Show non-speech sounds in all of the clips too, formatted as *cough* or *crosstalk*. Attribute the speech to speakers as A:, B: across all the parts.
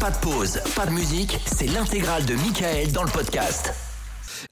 A: Pas de pause, pas de musique, c'est l'intégrale de Michael dans le podcast.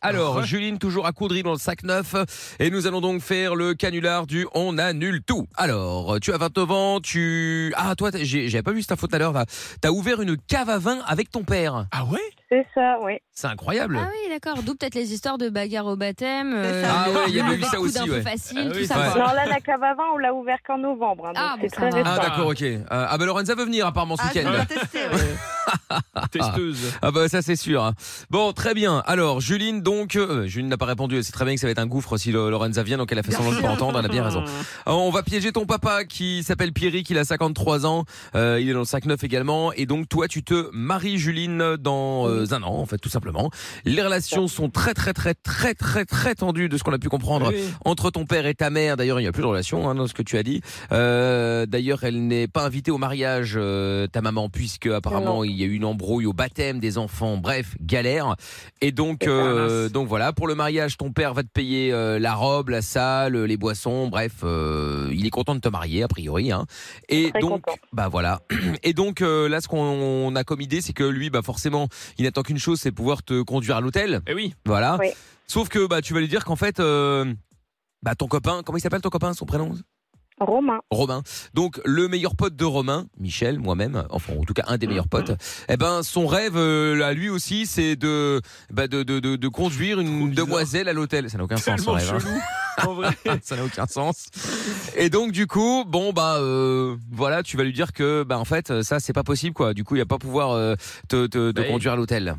B: Alors, Juline, toujours à Coudry dans le sac neuf. Et nous allons donc faire le canular du On annule tout. Alors, tu as 29 ans, tu. Ah, toi, t'as- j'ai- j'avais pas vu cette info tout à l'heure. là. T'as ouvert une cave à vin avec ton père.
C: Ah ouais
D: C'est ça, oui.
B: C'est incroyable.
E: Ah oui, d'accord. D'où peut-être les histoires de bagarre au baptême. euh,
B: Ah
E: le-
B: ouais, il y
E: le
B: avait eu ça
E: coup d'un
B: aussi,
E: peu
B: ouais.
E: facile,
C: Ah
E: tout
C: oui,
E: ça.
B: ouais.
E: quoi.
D: Non, là, la cave à vin, on l'a ouvert qu'en novembre. hein, donc
E: Ah, bon,
D: c'est
E: ça
D: très
E: va.
B: Ah,
D: récent.
B: d'accord, ok. Euh, ah, bah, Lorenza veut venir apparemment ce
F: Ah, je
B: week-end.
F: vais tester, ouais.
C: Testeuse.
B: Ah bah ça c'est sûr. Bon très bien. Alors Juline donc euh, Juline n'a pas répondu. C'est très bien que ça va être un gouffre si Lo- Lorenza vient donc elle a fait semblant de pas entendre. Elle a bien raison. Alors, Euh, on va piéger ton papa qui s'appelle Pierrick. Il a 53 ans. Euh, il est dans le sac neuf également. Et donc toi tu te maries Juline dans euh, un an en fait tout simplement. Les relations sont très très très très très très tendues de ce qu'on a pu comprendre entre ton père et ta mère. D'ailleurs, il n'y a plus de relation hein, dans ce que tu as dit. Euh, D'ailleurs, elle n'est pas invitée au mariage, euh, ta maman, puisque apparemment
D: Non.
B: il y a eu une embrouille au baptême des enfants. Bref, galère. Et donc, euh, donc voilà, pour le mariage, ton père va te payer euh, la robe, la salle, les boissons. Bref, euh, il est content de te marier a priori. Hein. Et
D: Très
B: donc,
D: content.
B: bah voilà. Et donc euh, là, ce qu'on a comme idée, c'est que lui, bah forcément, il n'attend qu'une chose, c'est pouvoir te conduire à l'hôtel.
C: Eh oui.
B: Voilà.
D: Oui.
B: Sauf que bah tu vas lui dire qu'en fait euh, bah ton copain, comment il s'appelle ton copain, son prénom
D: Romain.
B: Romain. Donc le meilleur pote de Romain, Michel, moi-même, enfin en tout cas un des meilleurs potes. Eh ben son rêve euh, à lui aussi, c'est de, bah, de de de- de conduire
C: Trop
B: une
C: bizarre.
B: demoiselle à l'hôtel. Ça n'a aucun sens ce
C: Tellement
B: rêve. hein. Ah,
C: chelou.
B: *laughs*
C: En vrai.
B: Ça n'a aucun sens. Et donc du coup, bon bah euh, voilà, tu vas lui dire que bah en fait ça c'est pas possible quoi. Du coup, il va pas pouvoir euh, te te, te
C: Bah oui.
B: conduire à l'hôtel.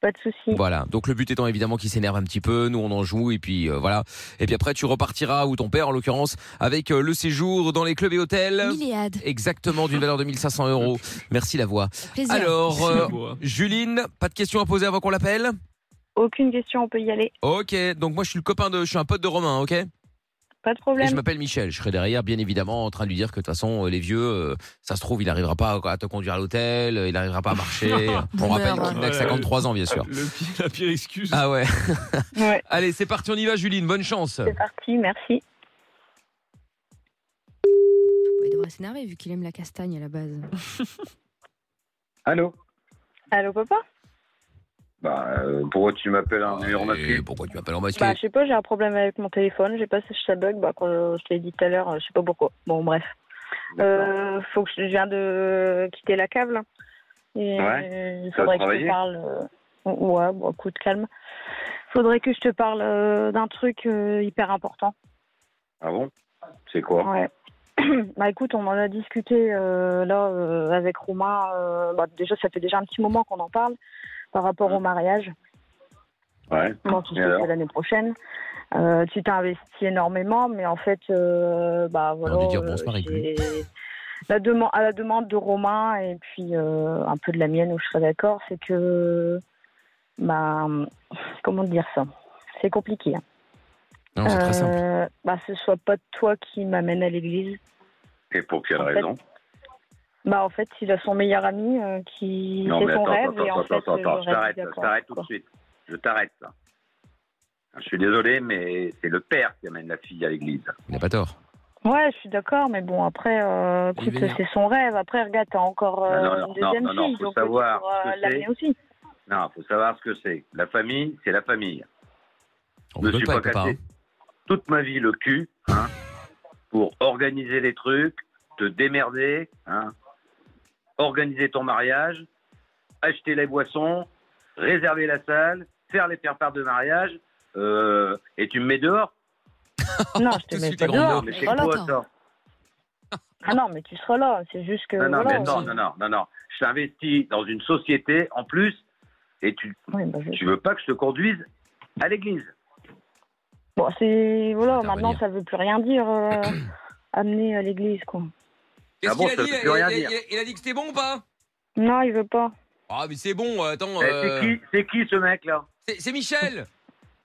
D: Pas de souci.
B: Voilà. Donc le but étant évidemment qu'il s'énerve un petit peu, nous on en joue et puis euh, voilà. Et puis après tu repartiras ou ton père en l'occurrence avec euh, le séjour dans les clubs et hôtels.
E: Milléade.
B: Exactement d'une valeur de 1500 euros. Merci la voix.
E: Plaisir.
B: Alors euh,
C: C'est beau, hein.
B: Juline, pas de questions à poser avant qu'on l'appelle.
D: Aucune question, on peut y aller.
B: Ok. Donc moi je suis le copain de, je suis un pote de Romain. Ok.
D: Pas de
B: Et je
D: problème.
B: m'appelle Michel. Je serai derrière bien évidemment en train de lui dire que de toute façon euh, les vieux, euh, ça se trouve il n'arrivera pas à te conduire à l'hôtel, euh, il n'arrivera pas à
D: *laughs*
B: marcher. On rappelle qu'il n'a que 53 ans bien sûr.
C: Le pire- la pire excuse.
B: Ah ouais.
D: Ouais.
B: Allez c'est parti on y va Juline. Bonne chance.
D: C'est parti, merci.
B: euh,
E: Il devrait s'énerver vu qu'il aime la castagne à la base.
G: Oh, Allô
D: Allô, papa
G: Bah, euh, pourquoi tu m'appelles un numéro
B: Et
G: masqué
B: pourquoi tu m'appelles en
D: Bah,
B: masqué
D: je sais pas, j'ai un problème avec mon téléphone. Je sais pas si ça bug. Bah, quand je, je te l'ai dit tout à l'heure, je sais pas pourquoi. Bon, bref. Euh, faut que je, je viens de quitter la cave, là. Et
G: Ouais.
D: Il
G: T'as
D: faudrait que je
G: travaillé
D: te parle. euh, Ouais, bon, coup de calme. Faudrait que je te parle euh, d'un truc euh, hyper important.
G: Ah bon C'est quoi
D: Ouais. *clears throat* bah écoute, on en a discuté euh, là euh, avec Romain. euh, bah, déjà, ça fait déjà un petit moment qu'on en parle par rapport au mariage.
G: Ouais.
D: Moi, qui
G: Mm. Et alors
D: c'est l'année prochaine. Euh, tu t'es investi énormément, mais en fait, euh, bah voilà.
B: envie de dire, bon, on se marie
D: j'ai- La demande à la demande de Romain et puis euh, un peu de la mienne où je serais d'accord, c'est que bah comment dire ça, c'est compliqué. hein.
B: Non, c'est très simple.
D: Euh, bah ce soit pas toi qui m'amène à l'église.
G: Et pour quelle
D: En fait,
G: raison
D: Bah en fait, il a son meilleur ami euh, qui
G: Non,
D: fait
G: mais
D: son
G: attends,
D: rêve
G: attends,
D: et en
G: attends,
D: fait,
G: attends,
D: euh,
G: attends, je
D: j'aurais
G: t'arrête,
D: dit
G: je
D: d'accord.
G: t'arrête tout de suite. Je t'arrête, là. Je suis désolé, mais c'est le père qui amène la fille à l'église.
B: Il n'a pas tort.
D: Ouais, je suis d'accord, mais bon après, euh,
B: Il est
D: écoute,
B: vénère.
D: c'est son rêve. Après, regarde, t'as encore euh,
G: Ah, Non, non, non,
D: une deuxième
G: non, non,
D: fille,
G: faut
D: donc euh,
G: savoir
D: tu pourras
G: ce que
D: l'amener
B: *laughs*
G: c'est.
D: aussi.
G: Non, faut savoir ce que c'est. La famille, c'est la famille.
B: On
G: Je
B: ne
G: me suis
B: pas,
G: pas
B: papa.
G: cassé toute ma vie le cul, hein, pour organiser les trucs, te démerder, hein, organiser ton mariage, acheter les boissons, réserver la salle, faire les faire-part de mariage, euh, et tu me mets dehors
D: Non,
B: Tout
D: je
B: de
D: te mets
B: suite,
D: pas
B: les grands
D: dehors.
B: mots.
G: Mais
D: tu
G: c'est
D: seras là.
G: quoi
E: attends.
G: ça
D: Ah non, mais tu seras là. C'est juste que
G: Non, non, mais
D: voilà.
G: non, non, non, non, non. Je t'investis dans une société en plus, et tu,
D: Ouais, bah, je-
G: tu veux pas que je te conduise à l'église.
D: Bon, c'est voilà.
B: Intervenir.
D: Maintenant, ça veut plus rien dire.
B: *clears throat*
D: euh, amener à l'église, quoi.
B: Qu'est-ce
G: Ah bon,
B: qu'il a
G: ça
B: dit
G: veut
B: il
G: plus
B: a,
G: rien
B: il a-
G: dire.
B: il a dit que c'était bon ou pas
D: Non, il veut pas.
B: Ah, mais c'est bon, euh, attends.
G: Eh,
B: euh,
G: C'est qui, c'est qui ce mec là
B: c'est- C'est Michel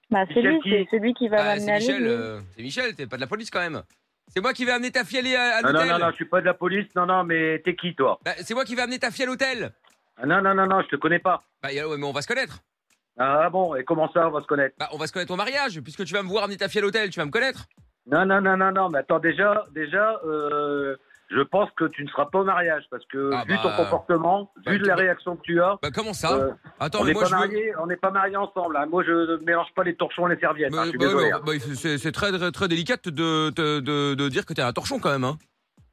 D: Bah c'est
G: Michel
D: lui,
G: qui-
D: c'est celui qui va
B: Ah,
D: m'amener
B: C'est
D: à
B: Michel,
D: l'église.
B: euh, c'est Michel, t'es pas de la police quand même. C'est moi qui vais amener ta fille à l'hé- à
G: Ah, Non, non, non, non,
B: l'hôtel.
G: je suis pas de la police. Non, non, mais t'es qui toi
B: Bah, c'est moi qui vais amener ta fille à l'hôtel.
G: Ah, Non, non, non, non, je te connais pas.
B: Bah, y a- ouais, mais on va se connaître.
G: Ah bon, et comment ça, on va se connaître
B: Bah, on va se connaître au mariage, puisque tu vas me voir amener ta fille à l'hôtel, tu vas me connaître.
G: Non, non, non, non, non, mais attends, déjà, déjà, euh, je pense que tu ne seras pas au mariage parce que
B: Ah
G: vu
B: bah,
G: ton comportement,
B: bah,
G: vu de la
B: bah,
G: réaction que tu as,
B: Bah comment ça
G: euh,
B: Attends,
G: on
B: mais
G: n'est
B: moi
G: pas
B: je veux...
G: mariés, on n'est pas mariés ensemble. hein. Moi, je ne mélange pas les torchons et les serviettes.
B: Mais-
G: hein, je suis
B: bah,
G: désolé,
B: bah,
G: hein.
B: bah, c'est c'est très très- très délicat de, de, de- de dire que t'es un torchon quand même. Hein.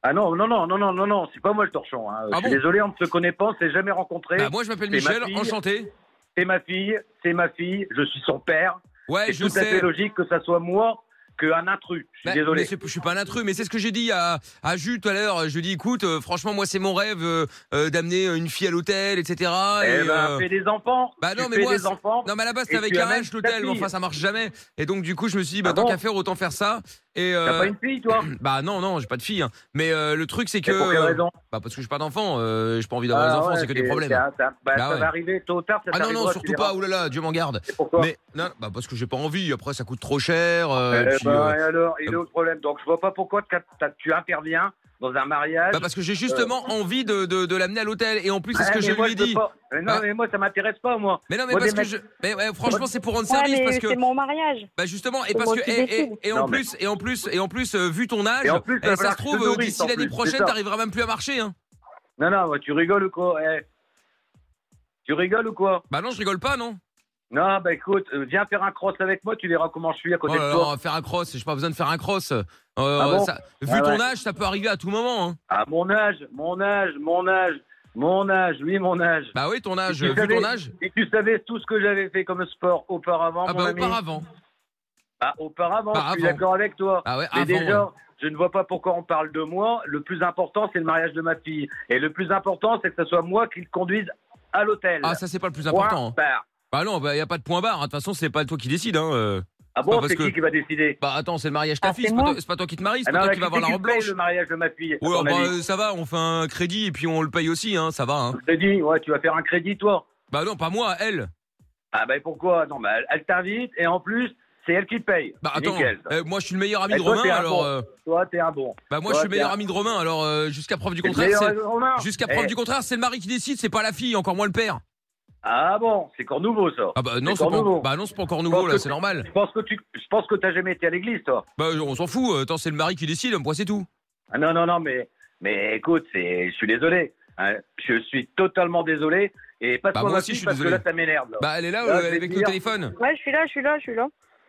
G: Ah non, non, non, non, non, non, non, c'est pas moi le torchon. hein.
B: Ah
G: je suis
B: bon
G: désolé, on ne se connaît pas, on s'est jamais rencontré.
B: Bah, moi je m'appelle
G: c'est ma
B: Michel,
G: fille.
B: enchanté.
G: C'est ma fille, c'est ma fille, je suis son père.
B: Ouais,
G: C'est
B: Eh, je
G: tout à fait
B: sais.
G: logique que ça soit moi qu'un intrus. Je suis
B: Bah, mais
G: désolé.
B: c'est- je suis pas un intrus, mais c'est ce que j'ai dit à, à Jules tout à l'heure. Je lui ai dit, écoute, euh, franchement, moi, c'est mon rêve euh, euh, d'amener une fille à l'hôtel, etc.
G: Eh
B: Et,
G: ben,
B: euh,
G: fais des enfants.
B: bah
G: tu
B: non, mais
G: fais
B: moi,
G: des
B: c'est-
G: enfants.
B: Non, mais à la base,
G: Et
B: c'était avec
G: tu
B: un
G: amènes
B: H
G: ta
B: l'hôtel, mais
G: fille.
B: enfin, ça marche jamais. Et donc, du coup, je me suis dit, bah,
G: Ah
B: tant
G: bon
B: qu'à faire, autant faire ça. Et
G: T'as
B: euh,
G: pas une fille, toi
B: bah non, non, j'ai pas de fille. hein. Mais euh, le truc, c'est que.
G: Et Pour quelle
B: euh,
G: raison
B: bah, parce que j'ai pas d'enfant, euh, j'ai pas envie d'avoir
G: Ah
B: des enfants,
G: ouais,
B: c'est que des
G: c'est-
B: problèmes.
G: c'est un- ça- bah,
B: Bah
G: ça
B: ouais.
G: va arriver tôt ou tard. Ça
B: Ah non, non,
G: t'arrivera, tu
B: surtout
G: verras.
B: pas, oulala, Dieu m'en garde.
G: C'est pourquoi
B: Mais non, bah, parce que j'ai pas envie, après, ça coûte trop cher. euh,
G: Eh
B: puis,
G: ben,
B: euh,
G: et alors, il est où le problème Donc, je vois pas pourquoi t'as- t'as- tu interviens dans un mariage.
B: Bah parce que j'ai justement envie de, de, de l'amener à l'hôtel et en plus c'est ce
G: Euh. Ouais,
B: que
G: mais
B: je
G: moi,
B: lui ai
G: peux
B: dit.
G: pas. Mais non,
B: Bah-
G: mais moi, ça m'intéresse pas, moi.
B: Mais non mais
G: Moi,
B: parce
G: des
B: que
G: mecs-
B: je mais ouais, franchement c'est pour rendre
D: Ouais,
B: service
D: mais
B: parce que
D: c'est mon mariage.
B: bah justement et
D: c'est
B: parce
D: moi
B: que
D: qui
B: et, et-
D: décide.
B: et en
G: Non, mais-
B: plus et en plus et en plus euh, vu ton âge
G: Et en plus,
B: eh,
G: ça va
B: ça
G: falloir
B: se
G: que je te
B: trouve euh,
G: nourrisse,
B: d'ici
G: en
B: l'année
G: plus, c'est
B: prochaine
G: ça.
B: t'arriveras même plus à marcher hein.
G: Non, non, moi, tu rigoles ou quoi Eh, Tu rigoles ou quoi
B: Bah non je rigole pas non.
G: Non, bah écoute, euh, viens faire un cross avec moi, tu verras comment je suis à
B: Oh
G: côté
B: là
G: de
B: là,
G: toi.
B: on va faire un cross j'ai pas besoin de faire un cross. Euh,
G: bon
B: ça- vu
G: Ah
B: ton
G: ouais.
B: âge ça peut arriver à tout moment. Hein.
G: À mon âge, mon âge, mon âge, mon âge, oui, mon âge.
B: Bah oui ton âge
G: Et tu
B: vu
G: savais-
B: ton âge.
G: Et tu savais tout ce que j'avais fait comme sport auparavant,
B: Ah
G: mon
B: bah
G: ami
B: auparavant.
G: Ah, auparavant, je suis
B: Auparavant.
G: d'accord avec toi.
B: Ah ouais
G: Mais
B: avant.
G: déjà,
B: ouais.
G: je ne vois pas pourquoi on parle de moi. Le plus important, c'est le mariage de ma fille. Et le plus important, c'est que ce soit moi qui le conduise à l'hôtel.
B: Ah ça c'est pas le plus
G: Point
B: important. hein.
G: barre.
B: Bah non bah y a pas de point barre hein. de toute façon c'est pas toi qui décide hein. euh.
G: Ah
B: pas
G: bon,
B: parce
G: c'est
B: que-
G: qui qui va décider
B: Bah attends, c'est le mariage de ta
D: Ah,
B: fille,
D: c'est
B: c'est pas,
D: moi
B: toi- c'est pas toi qui te maries, c'est
G: Ah
B: pas
G: non,
B: toi
G: la
B: qui vas
G: fille
B: avoir la
G: qui
B: robe
G: paye
B: blanche.
G: le mariage de ma fille. à
B: Ouais,
G: ton
B: bah,
G: avis.
B: euh, ça va, on fait un crédit et puis on le paye aussi, hein, ça va. Hein.
G: Je te dis, ouais, tu vas faire un crédit, toi.
B: Bah non, pas moi, elle.
G: Ah bah pourquoi Non, bah, elle- elle t'invite et en plus, c'est elle qui paye.
B: Bah attends,
G: Nickel.
B: euh, moi je suis le meilleur ami
G: Et
B: de
G: toi,
B: Romain,
G: t'es un
B: alors.
G: bon.
B: euh,
G: Toi, t'es un bon.
B: bah moi
G: Toi,
B: je suis le
G: t'es
B: meilleur
G: un-
B: ami de Romain, alors euh, jusqu'à preuve du
G: T'es le
B: contraire,
G: meilleur
B: c'est.
G: ami de Romain.
B: Jusqu'à
G: Eh,
B: preuve du contraire, c'est le mari qui décide, c'est pas la fille, encore moins le père.
G: Ah bon, c'est encore nouveau ça.
B: Ah bah non,
G: C'est
B: c'est
G: encore
B: pas,
G: nouveau.
B: bah non, c'est pas encore nouveau
G: Parce
B: là,
G: que-
B: c'est normal.
G: Je pense que tu, je pense que t'as jamais été à l'église toi.
B: Bah on s'en fout, euh, attends, c'est le mari qui décide, moi c'est tout.
G: Ah non non non mais mais écoute, c'est, je suis désolé. hein. je suis totalement désolé et passe-moi
B: Bah, moi
G: ma
B: aussi,
G: fille
B: je suis
G: parce
B: désolé.
G: que là ça m'énerve. là.
B: Bah elle est là,
G: Là,
B: euh,
G: je vais
B: avec
G: te
B: le
G: dire-
B: téléphone.
D: Ouais, je suis là, je suis là, je suis là.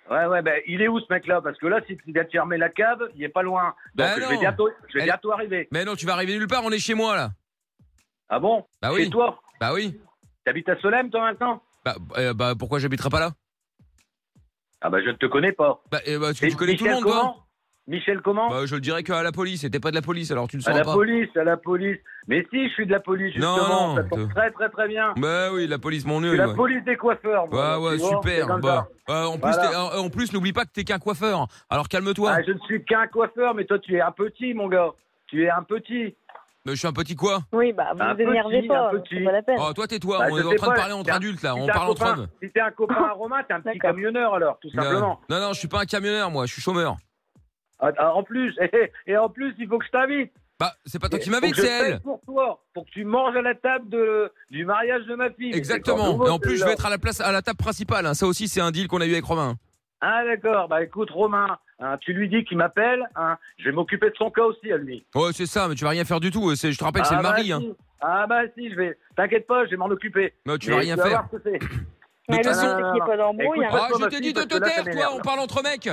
G: Ouais ouais ben il est où ce mec là parce que là si tu viens de fermer la cave, il est pas loin. Donc
B: Bah,
G: je
B: non.
G: vais bientôt je vais
B: Elle-
G: bientôt arriver.
B: Mais non, tu vas arriver nulle part, on est chez moi là.
G: Ah bon
B: Bah
G: Et
B: oui,
G: toi,
B: bah oui.
G: t'habites à Solem toi maintenant
B: Bah, euh, bah pourquoi j'habiterai pas là
G: Ah bah je ne te connais pas.
B: Bah, eh bah, tu,
G: Et
B: tu connais tout le
G: Michel
B: monde toi
G: comment Michel comment
B: Bah, je le dirais qu'à la police, et t'es pas de la police, alors tu ne
G: À
B: sauras
G: la
B: pas.
G: police, à la police. Mais si, je suis de la police
B: Non,
G: justement.
B: non,
G: ça tombe
B: de-
G: très très très bien.
B: Bah oui, la police, mon
G: Je
B: nul.
G: suis la
B: ouais.
G: police des coiffeurs. moi,
B: Ouais, ouais,
G: tu vois, c'est
B: super.
G: comme
B: Bah,
G: ça.
B: euh, en plus,
G: Voilà.
B: t'es- euh, en plus, n'oublie pas que t'es qu'un coiffeur. Alors calme-toi.
G: Ah, je ne suis qu'un coiffeur, mais toi, tu es un petit, mon gars. Tu es un petit.
B: Mais Euh, je suis un petit quoi
D: Oui, bah, vous
G: Un
D: vous énervez
G: petit,
D: pas,
G: un petit.
D: c'est pas la peine.
B: Oh, toi, tais-toi.
G: Bah,
B: on
G: je
B: est en
G: sais
B: train de
G: pas,
B: parler entre
G: t'es un-
B: adultes là.
G: Si
B: Ah, on
G: t'es un
B: parle entre
G: copain-
B: hommes.
G: Si t'es un copain à Romain, t'es un petit
D: D'accord.
G: camionneur, alors, tout
B: Non,
G: simplement.
B: non, non, je suis pas un camionneur, moi. Je suis chômeur.
G: Ah, ah, en plus, *laughs* et, et en plus, il faut que je t'invite.
B: Bah, c'est pas toi qui
G: Faut
B: m'invite,
G: que je
B: c'est
G: paye
B: elle.
G: Pour toi, pour que tu manges à la table de, du mariage de ma fille. Mais c'est
B: Exactement.
G: encore
B: Et en
G: nouveau,
B: plus, je
G: celle-là.
B: vais être à la place, à la table principale. hein. Ça aussi, c'est un deal qu'on a eu avec Romain.
G: Ah, d'accord. Bah, écoute, Romain, hein, tu lui dis qu'il m'appelle. hein. Je vais m'occuper de son cas aussi, à lui.
B: Ouais, c'est ça. Mais tu vas rien faire du tout. C'est- Je te rappelle, c'est
G: ah,
B: le
G: bah,
B: mari. hein.
G: si. Ah, bah, si, je vais. T'inquiète pas, je vais m'en occuper.
B: Non, tu
G: Mais
B: vas rien
G: vas
B: faire.
G: voir ce que c'est.
B: De
D: Mais
B: toute
D: le
B: façon.
D: but, c'est qu'il n'y ait pas d'embrouille.
G: Écoute,
D: hein.
G: moi,
B: Ah,
G: Passe-moi
B: je
G: ma
B: t'ai
G: fille,
B: dit de
G: parce
B: te
G: que là, ça
B: taire, toi.
G: m'énerve,
B: On
G: là.
B: parle entre mecs.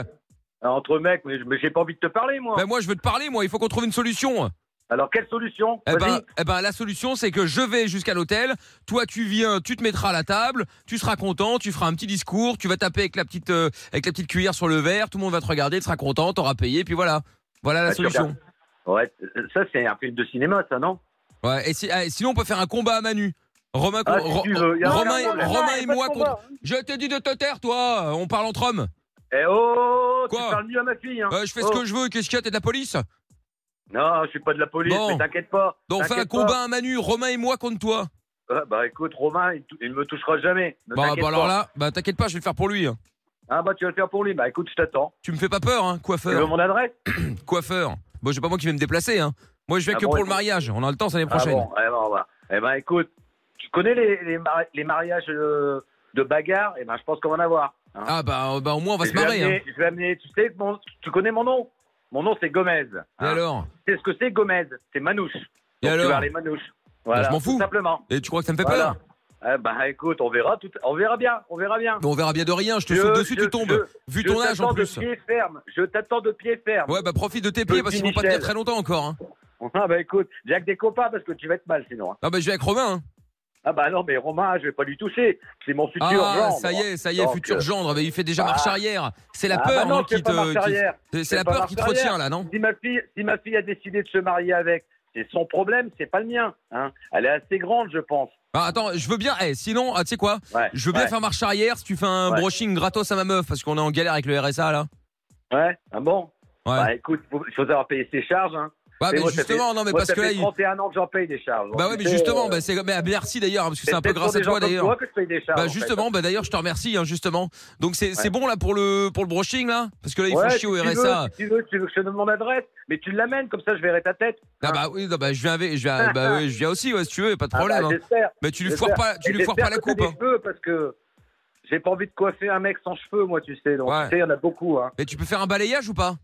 G: Alors, entre mecs, mais, je- mais j'ai pas envie de te parler, moi.
B: Bah, moi, je veux te parler, moi. Il faut qu'on trouve une solution.
G: Alors, quelle solution
B: Eh ben,
G: Vas-y.
B: eh ben, la solution, c'est que je vais jusqu'à l'hôtel. Toi, tu viens, tu te mettras à la table, tu seras content, tu feras un petit discours, tu vas taper avec la petite, euh, avec la petite cuillère sur le verre. Tout le monde va te regarder, tu seras content, t'auras payé, puis voilà. Voilà la
G: Bah, tu
B: solution.
G: Ouais, euh, ça, c'est un film de cinéma, ça, non
B: Ouais, et si- ah, et sinon, on peut faire un combat à Manu. Romain,
G: Ah,
B: co-
G: si
B: Ro-
G: tu veux, y a
B: Romain,
G: un
B: Romain
G: combat,
B: et-
G: là.
B: Romain et
D: Pas de
B: moi
D: combat,
B: contre. Je te dis de te taire, toi. On parle entre hommes.
G: Eh oh
B: Quoi
G: Tu parles mieux à ma fille, hein
B: Euh, je fais ce
G: Oh.
B: que je veux. Qu'est-ce qu'il y a T'es de la police
G: Non, je suis pas de la police,
B: Bon.
G: mais t'inquiète pas.
B: Donc, on fait un
G: t'inquiète
B: combat à Manu. Romain et moi contre toi.
G: pas. Ah, bah, écoute, Romain, il, tou- il me touchera jamais. Ne
B: Bah,
G: t'inquiète
B: bah, alors
G: pas.
B: là, bah t'inquiète pas, je vais le faire pour lui. hein.
G: Ah, bah, tu vas le faire pour lui. Bah, écoute, je t'attends.
B: Tu me fais pas peur, hein,
G: Tu
B: coiffeur.
G: veux mon adresse
B: coiffeur. Bon, j'ai pas moi qui vais me déplacer. Hein. Moi, je viens
G: Ah
B: que
G: bon,
B: pour
G: et-
B: le mariage. On a le temps, c'est l'année
G: Ah,
B: prochaine.
G: bon, eh ben, on va. Eh ben, écoute, tu connais les, les, mari- les mariages euh, de bagarre Eh ben, je pense qu'on va en avoir. hein.
B: Ah bah, bah, au moins on va
G: Et
B: se
G: je vais
B: marrer.
G: amener- Je vais amener, tu sais, mon- tu connais mon nom
B: hein.
G: Mon nom, c'est Gomez.
B: Et
G: hein.
B: alors
G: C'est ce que c'est Gomez. C'est Manouche.
B: Et
G: Donc, tu vas
B: alors Ben,
G: les Manouches. Voilà,
B: je m'en fous.
G: Tout simplement.
B: Et tu crois que ça me fait
G: Voilà.
B: peur
G: Eh bah écoute, on verra, tout... on verra bien, on verra bien.
B: Bon, On verra bien de rien, je te
G: Je-
B: saute dessus,
G: je-
B: tu tombes. Vu
G: Je
B: ton âge en
G: t'attends
B: plus.
G: De pied ferme. Je t'attends de pied ferme.
B: Ouais, bah profite de tes pieds parce qu'ils vont pas tenir
G: Michel.
B: très longtemps encore. hein.
G: Ah bah écoute, j'ai que des copains parce que tu vas être mal sinon. hein.
B: Ah bah je vais avec Romain. hein.
G: Ah bah non mais Romain, je vais pas lui toucher. C'est mon futur
B: Ah,
G: gendre.
B: ça y est, ça y est,
G: Donc,
B: futur
G: euh,
B: gendre. Il fait déjà marche
G: ah.
B: arrière. C'est
G: Ah
B: la
G: bah
B: peur
G: non,
B: hein,
G: c'est
B: qui
G: pas
B: te.
G: marche
B: qui-
G: arrière.
B: c'est- C'est
G: C'est
B: la
G: pas
B: peur qui te
G: marche
B: retient
G: arrière.
B: là, non
G: Si ma fille, si ma fille a décidé de se marier avec, c'est son problème, c'est pas le mien. hein. Elle est assez grande, je pense.
B: Ah, Attends, je veux bien. eh, sinon, ah, tu sais quoi
G: Ouais.
B: Je veux bien
G: ouais,
B: faire marche arrière si tu fais un
G: Ouais.
B: brushing gratos à ma meuf parce qu'on est en galère avec le RSA là.
G: Ouais. Ah bon.
B: Ouais.
G: Bah écoute, faut- il faut savoir payer ses charges. Hein.
B: Ouais,
G: mais
B: mais
G: moi, ça
B: justement, non, mais
G: Moi,
B: parce
G: ça
B: que là,
G: fait
B: il-
G: 31 ans que j'en paye des charges. euh,
B: bah ouais, mais justement, bah, c'est, mais, ah, merci d'ailleurs hein, parce que c'est un peu
G: peut-être
B: grâce
G: pour
B: à
G: des gens
B: toi
G: comme
B: d'ailleurs.
G: que je paye des charges,
B: Bah
G: en fait.
B: justement, bah d'ailleurs, je te remercie, hein, justement. Donc c'est c'est
G: Ouais.
B: bon là pour le pour le brushing là, parce que là ils
G: Ouais,
B: font chier au
G: si tu
B: RSA.
G: veux, si tu, veux, tu veux que je te donne mon adresse, mais tu l'amènes, comme ça je verrai ta tête.
B: Ah bah oui, non, bah je viens avec, je viens, bah ouais, je viens aussi, ouais, si tu veux, y a pas de
G: Ah,
B: problème.
G: bah,
B: hein.
G: J'espère.
B: Mais tu lui
G: j'espère.
B: foires pas, tu
G: Et
B: lui foires
G: j'espère
B: pas la
G: que t'as
B: coupe.
G: des
B: hein.
G: cheveux, parce que j'ai pas envie de coiffer un mec sans cheveux, moi, tu sais. Donc,
B: Ouais.
G: tu sais, il y en a beaucoup. Hein.
B: Mais tu peux faire un balayage ou pas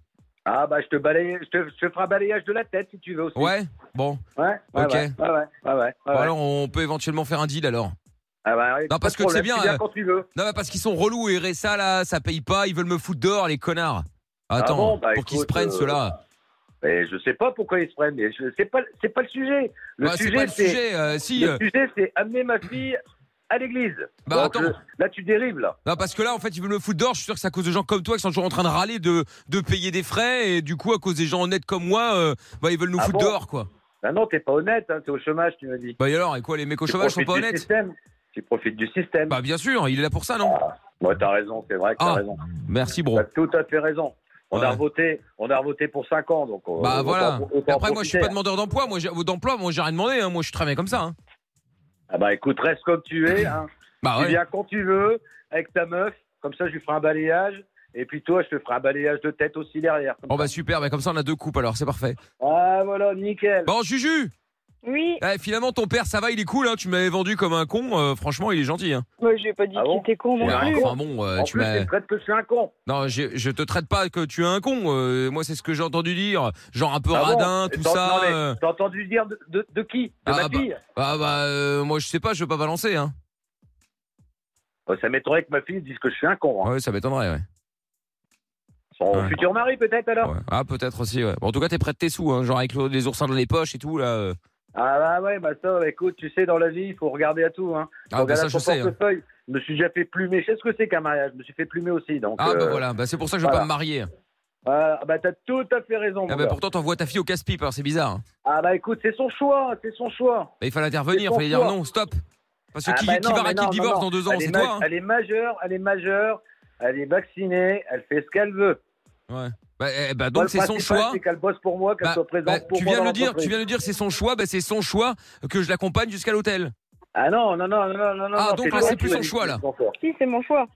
G: Ah, bah, je te, balaye, je, te, je te ferai un balayage de la tête si tu veux aussi.
B: Ouais. Bon,
G: Ouais, ouais,
B: Ok.
G: ouais, ouais, ouais, ouais, ouais.
B: Bon, alors on peut éventuellement faire un deal alors.
G: Ah, bah, ouais, pas
B: parce
G: de
B: que c'est
G: problème,
B: bien,
G: tu viens
B: euh,
G: quand tu veux.
B: Non, mais parce qu'ils sont relous et RSA là, ça paye pas, ils veulent me foutre dehors les connards. Attends,
G: bon, bah,
B: pour qu'ils se
G: écoute,
B: prennent
G: euh,
B: ceux-là.
G: Mais je sais pas pourquoi ils se prennent, mais je- c'est pas, c'est pas le sujet. Le
B: Bah, c'est pas
G: sujet,
B: le
G: c'est.
B: sujet. euh, si, euh,
G: Le sujet, c'est amener ma fille à l'église.
B: Bah,
G: Donc,
B: attends.
G: je- là, tu dérives, là.
B: Non, parce que là, en fait, ils veulent me foutre dehors. Je suis sûr que c'est à cause de gens comme toi qui sont toujours en train de râler, de, de payer des frais. Et du coup, à cause des gens honnêtes comme moi, euh, bah, ils veulent nous
G: Ah
B: foutre
G: bon
B: dehors, quoi.
G: Ah non, t'es pas honnête, hein, t'es au chômage, tu me dis.
B: Bah, et alors, et quoi, les mecs au
G: Tu
B: chômage sont
G: profites
B: pas
G: du
B: honnêtes
G: système. Tu profites du système.
B: Bah, bien sûr, il est là pour ça, non
G: Moi, t'as raison, c'est vrai que t'as
B: Ah.
G: raison.
B: Merci, bro.
G: T'as tout à fait raison. On a
B: Ouais.
G: voté, on a voté pour 5 ans, donc. euh,
B: Bah,
G: autant-
B: voilà.
G: autant
B: Et après, moi, je suis pas
G: profiter.
B: demandeur d'emploi. Moi, j'ai- d'emploi, moi, j'ai rien demandé. hein. Moi, je suis très bien comme ça. hein.
G: Ah bah, écoute, reste comme tu es. Hein.
B: Bah,
G: Tu
B: ouais.
G: viens quand tu veux avec ta meuf. Comme ça, je lui ferai un balayage. Et puis toi, je te ferai un balayage de tête aussi derrière. comme
B: Bon, bah,
G: ça.
B: super. Bah, comme ça, on a deux coupes, alors, c'est parfait.
G: Ah voilà, nickel.
B: Bon, Juju,
F: Oui,
B: eh, finalement, ton père, ça va, il est cool. Hein. Tu m'avais vendu comme un con. euh, franchement, il est gentil. Hein.
F: moi j'ai pas dit
G: Ah
F: qu'il
G: bon
F: était con non
B: Ouais,
G: un
F: plus.
B: enfin, bon, euh,
G: en
B: tu
G: plus,
B: m'as.
G: tu me traites que je suis un con.
B: Non, je, je te traite pas que tu es un con. euh, moi, c'est ce que j'ai entendu dire. Genre un peu
G: Ah bon
B: radin, tout
G: T'as-
B: ça.
G: non, mais
B: euh,
G: T'as entendu dire de, de- de qui De
B: Ah,
G: ma fille
B: ah bah, euh, moi, je sais pas, je veux pas balancer. Hein.
G: Euh, Ça m'étonnerait que ma fille dise que je suis un con. hein.
B: Ouais, ça m'étonnerait, ouais.
G: Son
B: Ouais.
G: futur mari, peut-être alors
B: Ouais. Ah, peut-être aussi, ouais. Bon, en tout cas, t'es prêt de tes sous, hein, genre avec le- les oursins dans les poches et tout, là. euh.
G: Ah, bah ouais, bah ça, bah, écoute, tu sais, dans la vie, il faut regarder à tout. Hein.
B: Ah, bah,
G: Regarde
B: ça,
G: à
B: je
G: ton
B: sais. hein.
G: portefeuille. Je me suis déjà fait plumer. Je sais ce que c'est qu'un mariage. Je me suis fait plumer aussi. Donc,
B: Ah, bah
G: euh,
B: voilà, bah, c'est pour ça que je veux
G: voilà.
B: pas me marier.
G: ah, bah, t'as tout à fait raison.
B: Ah,
G: mon
B: bah,
G: gars.
B: pourtant, t'envoies ta fille au casse-pipe, alors c'est bizarre. hein.
G: Ah, bah écoute, c'est son choix. C'est son choix.
B: Bah, il fallait intervenir,
G: C'est
B: il
G: son
B: fallait dire
G: choix.
B: non, stop. Parce que
G: Ah,
B: qui,
G: bah,
B: qui
G: non,
B: va
G: mais
B: raquer
G: non,
B: le
G: non,
B: divorce
G: non.
B: dans deux ans
G: elle, est
B: C'est
G: ma-
B: toi, hein.
G: elle est majeure. Elle est majeure. Elle est vaccinée. Elle fait ce qu'elle veut.
B: Ouais. Bah, eh, bah,
G: Moi,
B: donc,
G: le
B: c'est son
G: principal,
B: choix.
G: C'est qu'elle bosse pour moi, qu'elle
B: Bah,
G: soit
B: Bah,
G: présente pour
B: tu
G: moi.
B: viens
G: dans
B: de le dire,
G: l'entreprise.
B: tu viens de le dire, c'est son choix, bah, c'est son choix que je l'accompagne jusqu'à l'hôtel.
G: Ah non, non, non, non, non, non.
B: Ah,
G: non,
B: donc là,
G: toi
B: c'est
G: qui
B: plus
G: m'as
B: son
G: dit
B: choix,
G: que
B: là.
G: c'est ton choix.
F: Si, c'est mon choix.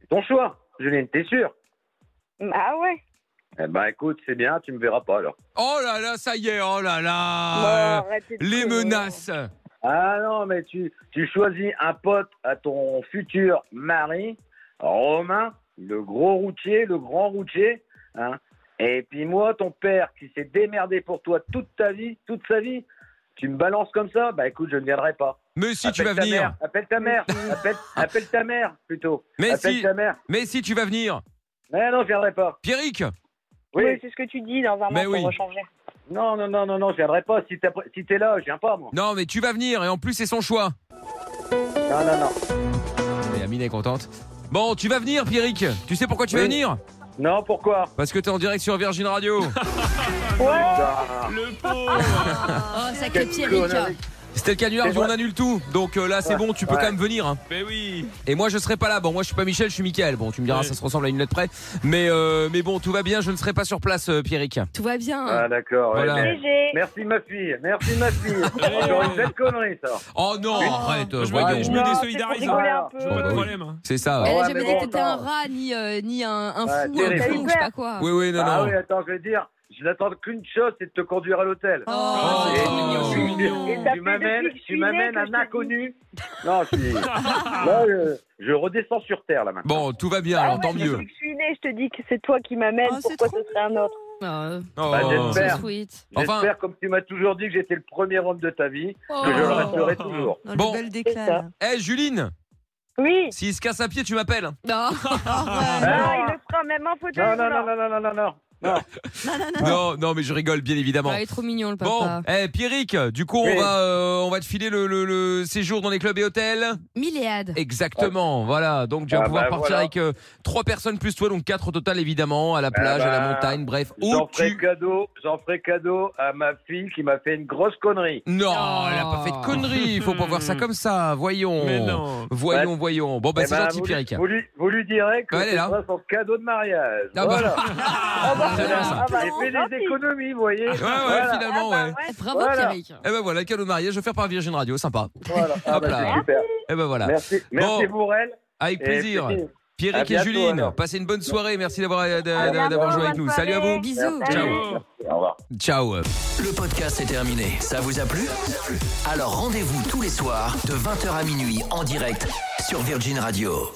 G: C'est ton choix, Juline, t'es sûr
F: Ah ouais
G: Eh ben écoute, c'est bien, tu me verras pas alors.
B: Oh là là, ça y est, oh là
F: Bon,
B: là
F: arrêtez de
B: Ah, Les
F: trouver.
B: menaces
G: Ah non, mais tu, tu choisis un pote à ton futur mari, Romain, le gros routier, le grand routier, hein. Et puis moi, ton père, qui s'est démerdé pour toi toute ta vie, toute sa vie, tu me balances comme ça Bah écoute, je ne viendrai pas.
B: Mais si tu
G: Appelle
B: vas
G: ta
B: venir
G: mère, appelle
B: *laughs*
G: ta mère, appelle, appelle ta mère plutôt.
B: Mais
G: appelle
B: si
G: ta mère.
B: Mais si tu vas venir
G: Mais non, je viendrai pas.
B: Pierrick
F: Oui,
G: Oui.
F: c'est ce que tu dis dans un
B: Mais
F: mois
B: oui.
F: pour rechanger.
G: Non, non, non, non, non, je viendrai pas. Si t'es si t'es là, je viens pas moi.
B: Non mais tu vas venir et en plus c'est son choix
G: Non, non, non.
B: Et Amine est contente Bon, tu vas venir Pierrick Tu sais pourquoi tu vas
G: Oui.
B: venir
G: Non, pourquoi
B: Parce que t'es en direct sur Virgin
G: *laughs*
B: Radio
G: Ah.
C: Le pauvre
E: Oh, sacré
G: Quelle
E: Pierrick.
G: connerie.
B: C'était le canular
G: C'est
B: du on
G: vrai.
B: annule tout Donc euh, là c'est
G: Ouais.
B: bon, tu peux
G: Ouais.
B: quand même venir hein.
C: Mais Eh oui
B: Et moi je serai pas là. Bon, moi je suis pas Michel, je suis Michael. Bon, tu me diras,
C: Ouais.
B: ça se ressemble à une lettre près. Mais euh, mais bon, tout va bien. Je ne serai pas sur place, euh, Pierrick.
E: Tout va bien.
G: Ah, d'accord. ouais,
B: Voilà.
G: mais-
F: GG.
G: Merci ma fille, merci
E: *laughs*
G: ma fille. Encore une belle connerie ça.
B: Oh non,
E: Oh.
B: arrête. euh,
C: Je
B: voyons.
C: me, je me
F: Non,
C: désolidarise.
F: c'est pour rigoler un
G: Ah,
F: peu.
C: Je vois pas
B: bah
C: de
B: oui.
C: problème. hein.
B: C'est ça.
E: Elle
G: Ouais,
E: a jamais
G: mais
E: dit
G: bon,
E: que t'étais un
G: attends.
E: rat, ni, euh, ni un, un fou,
G: Ouais,
E: un
G: terrible.
E: con, je sais pas quoi.
B: Oui, oui, non,
G: Ah
B: non.
G: oui, attends, je vais te dire, je n'attends qu'une chose, c'est de te conduire à l'hôtel.
E: Oh, c'est
G: Et-
E: trop mignon.
G: tu-
F: Et ça
G: Tu
F: fait
G: m'amènes,
F: depuis que je
G: tu
F: suis née
G: m'amènes
F: que je
G: un
F: te dis.
G: inconnu. Non, je,
E: *laughs*
G: suis- Là, je, je redescends sur terre là maintenant.
B: Bon, tout va bien,
F: Ah
B: alors
F: ouais,
B: tant
F: depuis
B: mieux.
F: que Je suis née, je te dis que c'est toi qui m'amènes,
E: Ah, c'est
F: pourquoi
E: trop
F: ce serait un autre
E: Ah,
B: Oh.
G: Bah,
E: c'est
G: j'espère. Père.
E: sweet.
B: Enfin-
G: J'espère, comme tu m'as toujours dit, que j'étais le premier homme de ta vie,
E: Oh.
G: que je le resterai toujours.
H: Dans
B: Bon.
H: le bel
F: C'est ça.
H: déclin.
B: Eh Juline,
F: Oui.
B: s'il se casse à pied, tu m'appelles.
E: Non.
F: Ah, il le fera même en fauteuil.
G: Non, non, non,
F: roulant.
G: non, non, non, non, non.
B: Non, non, mais je rigole, bien évidemment.
E: Ah, il est trop mignon le papa.
B: Bon, eh Pierrick, du coup on
G: Oui.
B: va euh, on va te filer le, le- le séjour dans les clubs et hôtels.
E: Milléade.
B: Exactement, voilà. Donc tu vas
G: Ah
B: pouvoir
G: bah,
B: partir
G: voilà.
B: avec euh, trois personnes plus toi, donc quatre au total évidemment, à la plage, à la
G: bah,
B: montagne, bref. Où
G: J'en ferai
B: tu
G: cadeau, j'en ferai cadeau à ma fille qui m'a fait une grosse connerie.
B: Non,
E: Oh.
B: elle a pas fait de conneries. Il faut pas voir ça comme ça. Voyons.
C: Mais non.
B: Voyons, voyons. Bon, bah,
G: Eh
B: c'est
G: ben,
B: gentil,
G: vous,
B: Pierrick.
G: lui- vous, lui, vous lui direz que
B: Ouais, elle est
G: ce
B: là.
G: sera son cadeau de mariage.
B: Ah bah. *laughs*
G: voilà.
B: Ah,
E: bah,
B: très bien,
E: voilà.
B: ça.
G: Ah bah, j'ai fait des économies, vous voyez.
B: Ouais, ouais,
G: voilà.
B: finalement,
F: Ah,
B: ouais.
F: bah, ouais.
E: Bravo
G: Voilà.
E: Pierrick.
B: Eh ben voilà, le cadeau de mariage offert par Virgin Radio, sympa.
G: voilà. Ah
B: Hop
G: bah,
B: là.
G: c'est super.
B: Eh ben voilà.
G: Merci, merci pour elle.
B: Avec
G: Et
B: plaisir.
G: puis, à
B: Pierrick et
G: bientôt,
B: Juline,
G: alors.
B: passez une bonne soirée. Merci d'avoir euh,
F: bientôt,
B: d'avoir joué avec
F: bonne
B: nous. Salut à
F: soirée.
B: vous.
E: Bisous.
G: Merci.
B: Ciao.
G: Au revoir.
B: Ciao.
A: Le podcast est terminé. Ça vous a plu Alors rendez-vous tous les soirs de 20h à minuit en direct sur Virgin Radio.